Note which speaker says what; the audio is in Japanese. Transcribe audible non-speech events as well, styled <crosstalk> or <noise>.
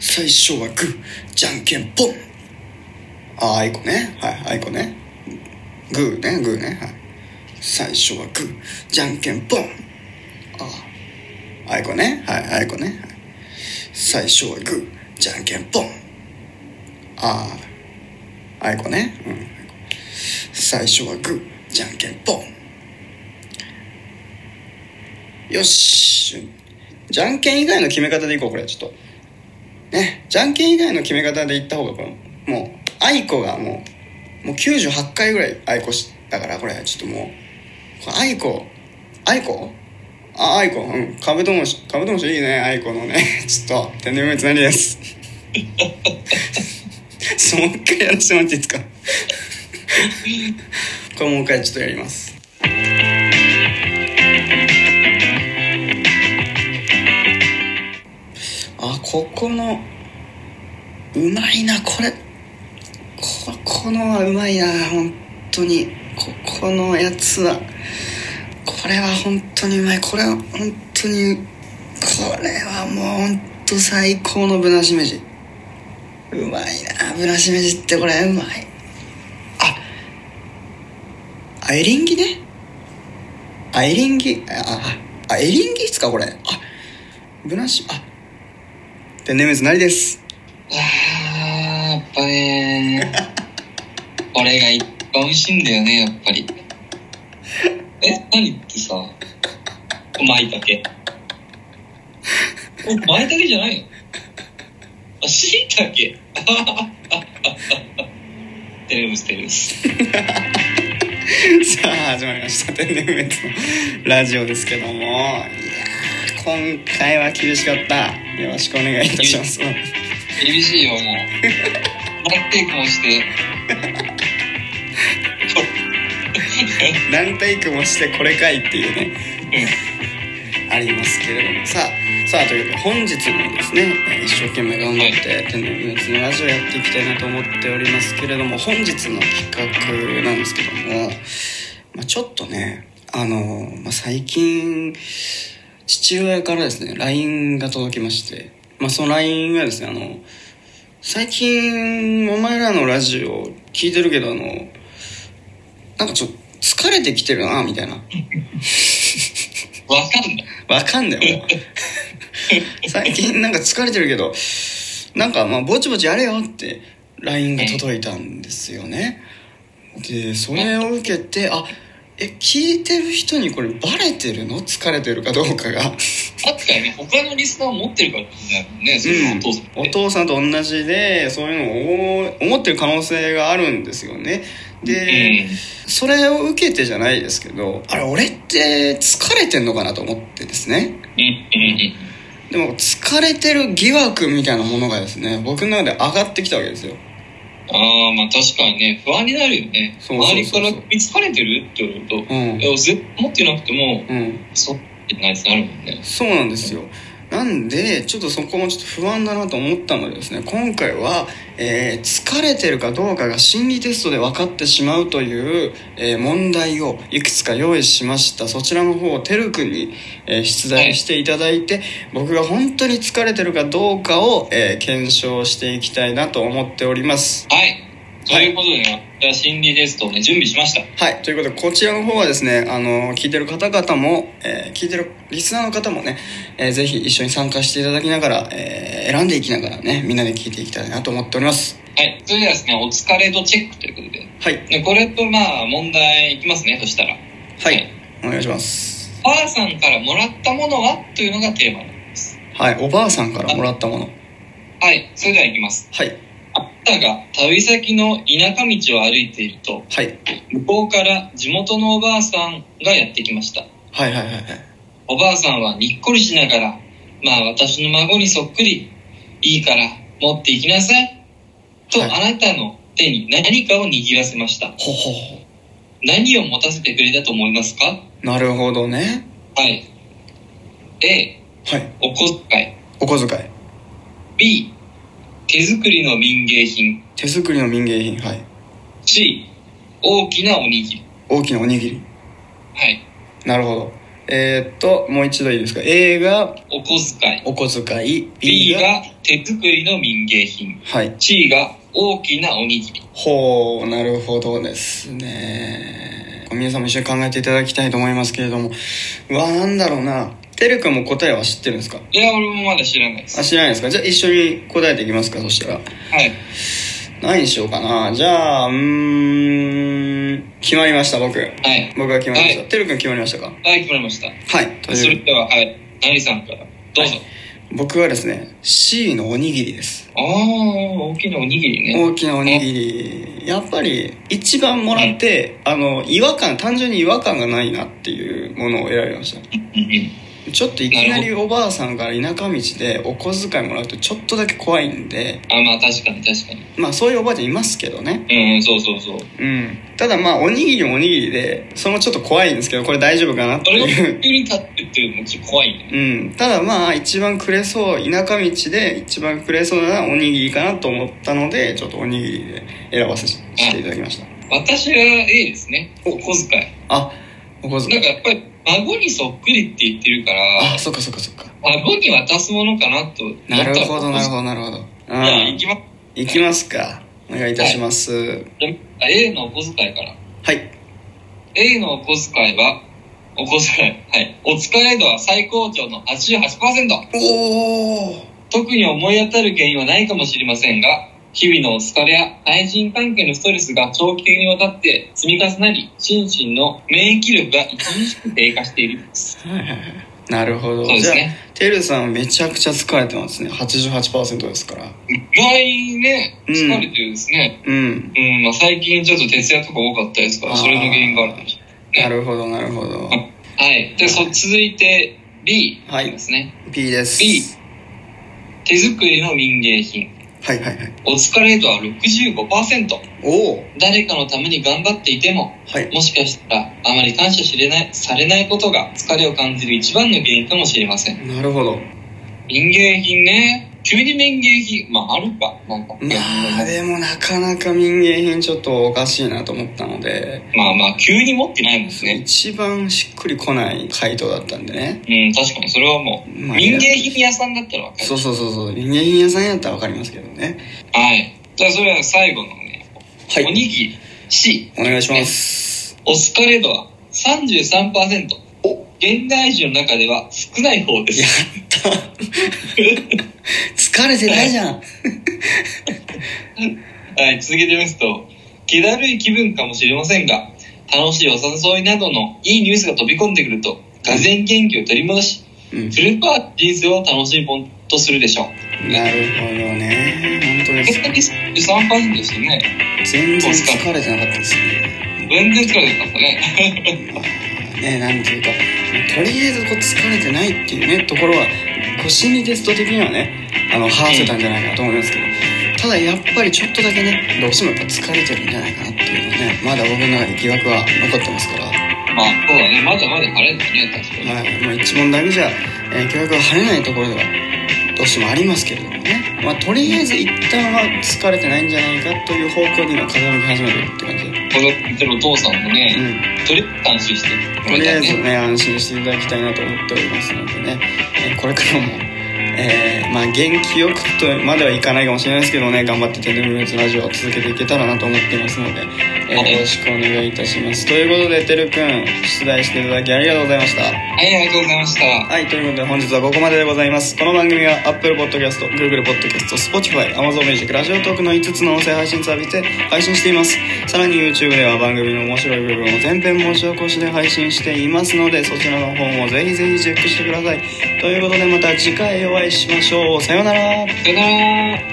Speaker 1: 勝はグーじゃんけんぽんあああいこねはいあいこねグーねグーねはい最初はグーじゃんけんぽんあああいこねはいあいこね、はい、最初はグーじゃんけんぽんあああいこねうん最初はグーじゃんけんぽんよしじゃんけん以外の決め方でいこうこれちょっとねじゃんけん以外の決め方でいった方がこのもうあいこがもうもう98回ぐらいあいこしたからこれちょっともうこれあいこあいこああいこうんカブトムシカブトムシいいねあいこのね <laughs> ちょっと天然無つなりです <laughs> ちょっともう一回やらせてもらっていいですか <laughs> これもう一回ちょっとやりますあここのうまいなこれここのはうまいな本当にここのやつはこれは本当にうまいこれは本当にこれはもう本当最高のぶなしめじうまいなぶなしめじってこれうまいああエリンギねあエリンギあああエリンギっすかこれあぶなしあ天然水なりです <laughs>
Speaker 2: あーやっぱねこれが一番美味しいんだよねやっぱりえ何ってさまいたけまいたけじゃないよあしいたけテレブステレブス
Speaker 1: さあ始まりました天然メのラジオですけどもいやー今回は厳しかったよろしくお願いいたします
Speaker 2: 厳しいよもう何テイクもして
Speaker 1: 何体育もしてこれかいっていうねありますけれどもさあさあということで本日もですねえー一生懸命頑張って天然メのラジオやっていきたいなと思っておりますけれども本日の企画なんですけども、まあ、ちょっとねあの、まあ、最近父親からですね LINE が届きまして、まあ、その LINE がですねあの最近お前らのラジオ聞いてるけどあのなんかちょっと疲れてきてるなみたいな
Speaker 2: うんわかんない
Speaker 1: わかんないよもう最近なんか疲れてるけどなんかまあぼちぼちやれよって LINE が届いたんですよねでそれを受けてあえ聞いてる人にこれバレてるの疲れてるかどうかが
Speaker 2: 確かにね他のリスナーを持ってるからだよねそのお父さ
Speaker 1: お父さ
Speaker 2: んって、
Speaker 1: んと同じでそういうのを思ってる可能性があるんですよねで、それを受けてじゃないですけどあれ俺って疲れてんのかなと思ってですね
Speaker 2: うんうんうん
Speaker 1: でも疲れてる疑惑みたいなものがですね僕の中で上がってきたわけですよ
Speaker 2: ああ、まあ確かにね、不安になるよね。
Speaker 1: そうそうそうそう
Speaker 2: 周りから見つかれてるって言われる
Speaker 1: う
Speaker 2: と、
Speaker 1: ん
Speaker 2: い、や、絶対持ってなくても、
Speaker 1: うん、
Speaker 2: そうってないってなるもんね。
Speaker 1: そうなんですよなんでちょっとそこもちょっと不安だなと思ったのでですね今回は、えー疲れてるかどうかが心理テストで分かってしまうという、えー問題をいくつか用意しましたそちらの方をてるくんに、えー出題していただいて僕が本当に疲れてるかどうかを、えー検証していきたいなと思っております
Speaker 2: はい。ということでね、私は心理テストをね、準備しました。
Speaker 1: はい、ということで、こちらの方はですね、あの、聞いてる方々も、えー聞いてるリスナーの方もね、えーぜひ一緒に参加していただきながら、えー選んでいきながらね、みんなで聞いていきたいなと思っております。
Speaker 2: はい。それではですね、お疲れ度チェックということで。
Speaker 1: はい、
Speaker 2: でこれとまあ、問題いきますね、そしたら。
Speaker 1: はい、お願いします。
Speaker 2: お母さんからもらったものはというのがテーマなんです。
Speaker 1: はい、おばあさんからもらったもの。
Speaker 2: はい。それではいきます。
Speaker 1: はい、
Speaker 2: あなたが旅先の田舎道を歩いていると、
Speaker 1: はい、
Speaker 2: 向こうから地元のおばあさんがやってきました。
Speaker 1: はい、はい、はい、はい。
Speaker 2: おばあさんはにっこりしながら、まあ私の孫にそっくり、いいから持っていきなさい。と、
Speaker 1: はい
Speaker 2: あなたの手に何かを握らせました。
Speaker 1: ほほほ。
Speaker 2: 何を持たせてくれたと思いますか
Speaker 1: なるほどね。
Speaker 2: はい。A、
Speaker 1: はい、
Speaker 2: お小遣い。
Speaker 1: お小遣い。
Speaker 2: B、手作りの民芸品。
Speaker 1: 手作りの民芸品。はい。
Speaker 2: C、大きなおにぎり。
Speaker 1: 大きなおにぎり。
Speaker 2: はい。
Speaker 1: なるほど。えーっと、もう一度いいですか。A が
Speaker 2: お小遣い。
Speaker 1: お小遣い。
Speaker 2: B が手作りの民芸品。
Speaker 1: はい。
Speaker 2: C が大きなおにぎり。
Speaker 1: ほう、なるほどですね。皆さんも一緒に考えていただきたいと思いますけれども。うわ、なんだろうな。てるくんも答えは知ってるんですか
Speaker 2: いや、俺もまだ知らないで
Speaker 1: あ、
Speaker 2: す。
Speaker 1: 知らないですかじゃあ一緒に答えていきますか、そしたら。
Speaker 2: はい。
Speaker 1: 何にしようかな。じゃあ、うーん、決まりました、僕。
Speaker 2: はい。
Speaker 1: 僕が決まりまし
Speaker 2: は
Speaker 1: た。てるくん決まりましたか
Speaker 2: はい、決まりました。
Speaker 1: はい。と
Speaker 2: そ
Speaker 1: い
Speaker 2: れ
Speaker 1: う、
Speaker 2: では、はい。ナリさんから。どうぞ。
Speaker 1: 僕はですね、C のおにぎりです。
Speaker 2: ああ、大きなおにぎりね。
Speaker 1: 大きなおにぎりやっぱり一番もらって、あの違和感単純に違和感がないなっていうものを選びまし
Speaker 2: うんうん。
Speaker 1: たちょっといきなりおばあさんから田舎道でお小遣いもらうとちょっとだけ怖いんで
Speaker 2: あ、まあ確かに確かに。
Speaker 1: まあそういうおばあちゃんいますけどね
Speaker 2: うんうん、そうそうそう。
Speaker 1: うんただまあおにぎりもおにぎりでそれもちょっと怖いんですけどこれ大丈夫かなって
Speaker 2: 俺が
Speaker 1: い
Speaker 2: 急
Speaker 1: う
Speaker 2: に立ってっていうのもちょっと怖い
Speaker 1: <laughs>
Speaker 2: ね。 <laughs>
Speaker 1: うん、ただまあ一番くれそう田舎道で一番くれそうなおにぎりかなと思ったのでちょっとおにぎりで選ばせしていただきました
Speaker 2: 私は A ですね。お小遣い。
Speaker 1: あお小遣
Speaker 2: ないんかやっぱり孫にそっくりって言ってるから、
Speaker 1: あ、そっかそっかそっか。
Speaker 2: 孫に渡すものかなと思った
Speaker 1: な
Speaker 2: ら
Speaker 1: るほど、なるほど、なるほど。う
Speaker 2: じゃあ行
Speaker 1: ん。
Speaker 2: きます。
Speaker 1: いきますか。お願いいたします。
Speaker 2: じゃあ A のお小遣いから。
Speaker 1: はい。
Speaker 2: A のお小遣いは、お小遣い。はい。お使い度は最高潮の88%。
Speaker 1: おー
Speaker 2: 特に思い当たる原因はないかもしれませんが、日々の疲れや対人関係のストレスが長期的にわたって積み重なり、心身の免疫力が著しく低下している。そ
Speaker 1: はいはいはいなるほど。
Speaker 2: うで
Speaker 1: じ
Speaker 2: す
Speaker 1: ゃあ、
Speaker 2: ね。
Speaker 1: てるさんめちゃくちゃ疲れてますね。88%ですから。
Speaker 2: 意外ね、
Speaker 1: うん
Speaker 2: 疲れてるですね。
Speaker 1: うん。
Speaker 2: うん、まあ最近ちょっと徹夜とか多かったですか
Speaker 1: あ
Speaker 2: ら、
Speaker 1: ー
Speaker 2: それの原因があるかもしれ
Speaker 1: なるほど、なるほど。
Speaker 2: ない。はい。で、そ、続いて B
Speaker 1: はい
Speaker 2: ですね。
Speaker 1: B です。
Speaker 2: B 手作りの民芸品。
Speaker 1: はいはいはい。
Speaker 2: お疲れ度は65%。
Speaker 1: おー
Speaker 2: 誰かのために頑張っていても、
Speaker 1: はい。
Speaker 2: もしかしたらあまり感謝しれないされないことが疲れを感じる一番の原因かもしれません
Speaker 1: なるほど。
Speaker 2: 民芸品ね急に民芸品まああるかなんか
Speaker 1: まあ、でもなかなか民芸品ちょっとおかしいなと思ったので、
Speaker 2: まあまあ急に持ってないもんですね
Speaker 1: 一番しっくりこない回答だったんでね。
Speaker 2: うん確かにそれはもう
Speaker 1: まあ
Speaker 2: 民芸品屋さんだったらわかる
Speaker 1: そうそうそうそう人間品屋さんやったらわかりますけどね
Speaker 2: はいじゃあそれは最後のね、
Speaker 1: は
Speaker 2: お
Speaker 1: い
Speaker 2: にぎり C
Speaker 1: お願いします
Speaker 2: お疲れ度は33%
Speaker 1: お
Speaker 2: 現代人の中では少ない方で
Speaker 1: や
Speaker 2: す
Speaker 1: った疲れてないじゃん
Speaker 2: はい、続けてみますと、気だるい気分かもしれませんが、楽しいお誘いなどのいいニュースが飛び込んでくると、がぜん元気を取り戻し、
Speaker 1: うん
Speaker 2: フルパー人生を楽しもうとするでしょう。
Speaker 1: なるほどね本当です
Speaker 2: 結果に3%ですよね。
Speaker 1: 全然疲れてなかったですね
Speaker 2: 全然疲れてなかったね。
Speaker 1: ねなんていうかとりあえずこう疲れてないっていうねところはこう心理テスト的にはねあの話せたんじゃないかなと思いますけどただやっぱりちょっとだけねどうしてもやっぱ疲れてるんじゃないかなっていうのはねまだ僕の中で疑惑は残ってますから
Speaker 2: まあ、そうだね。まだまだ晴れだね、確かに。
Speaker 1: はい、まあ、一問だけじゃ、えー、教育が晴れないところではどうしてもありますけれどもね、まあ、とりあえず一旦は疲れてないんじゃないかという方向には傾き始めてるって感じで、
Speaker 2: この見てるお父さんもね、
Speaker 1: う
Speaker 2: とりあえず安心して
Speaker 1: ん、
Speaker 2: も
Speaker 1: と
Speaker 2: らい
Speaker 1: り
Speaker 2: た
Speaker 1: あえ
Speaker 2: い
Speaker 1: ず
Speaker 2: ね。
Speaker 1: ね安心していただきたいなと思っておりますのでね、えーこれからも、えーまあ、元気よくとまではいかないかもしれないですけどね頑張って「テレビムーツラジオ」を続けていけたらなと思っていますので、えー
Speaker 2: はい
Speaker 1: よろしくお願いいたしますということでてるくん出題していただきありがとうございました
Speaker 2: はい、ありがとうございました。
Speaker 1: はい、ということで本日はここまででございます。この番組は Apple Podcast、Google Podcast、Spotify、Amazon Music、ラジオトークの5つの音声配信サービスで配信しています。さらに YouTube では番組の面白い部分を全編申し起こしで配信していますので、そちらの方もぜひぜひチェックしてください。ということでまた次回お会いしましょう。さようなら。
Speaker 2: さよなら。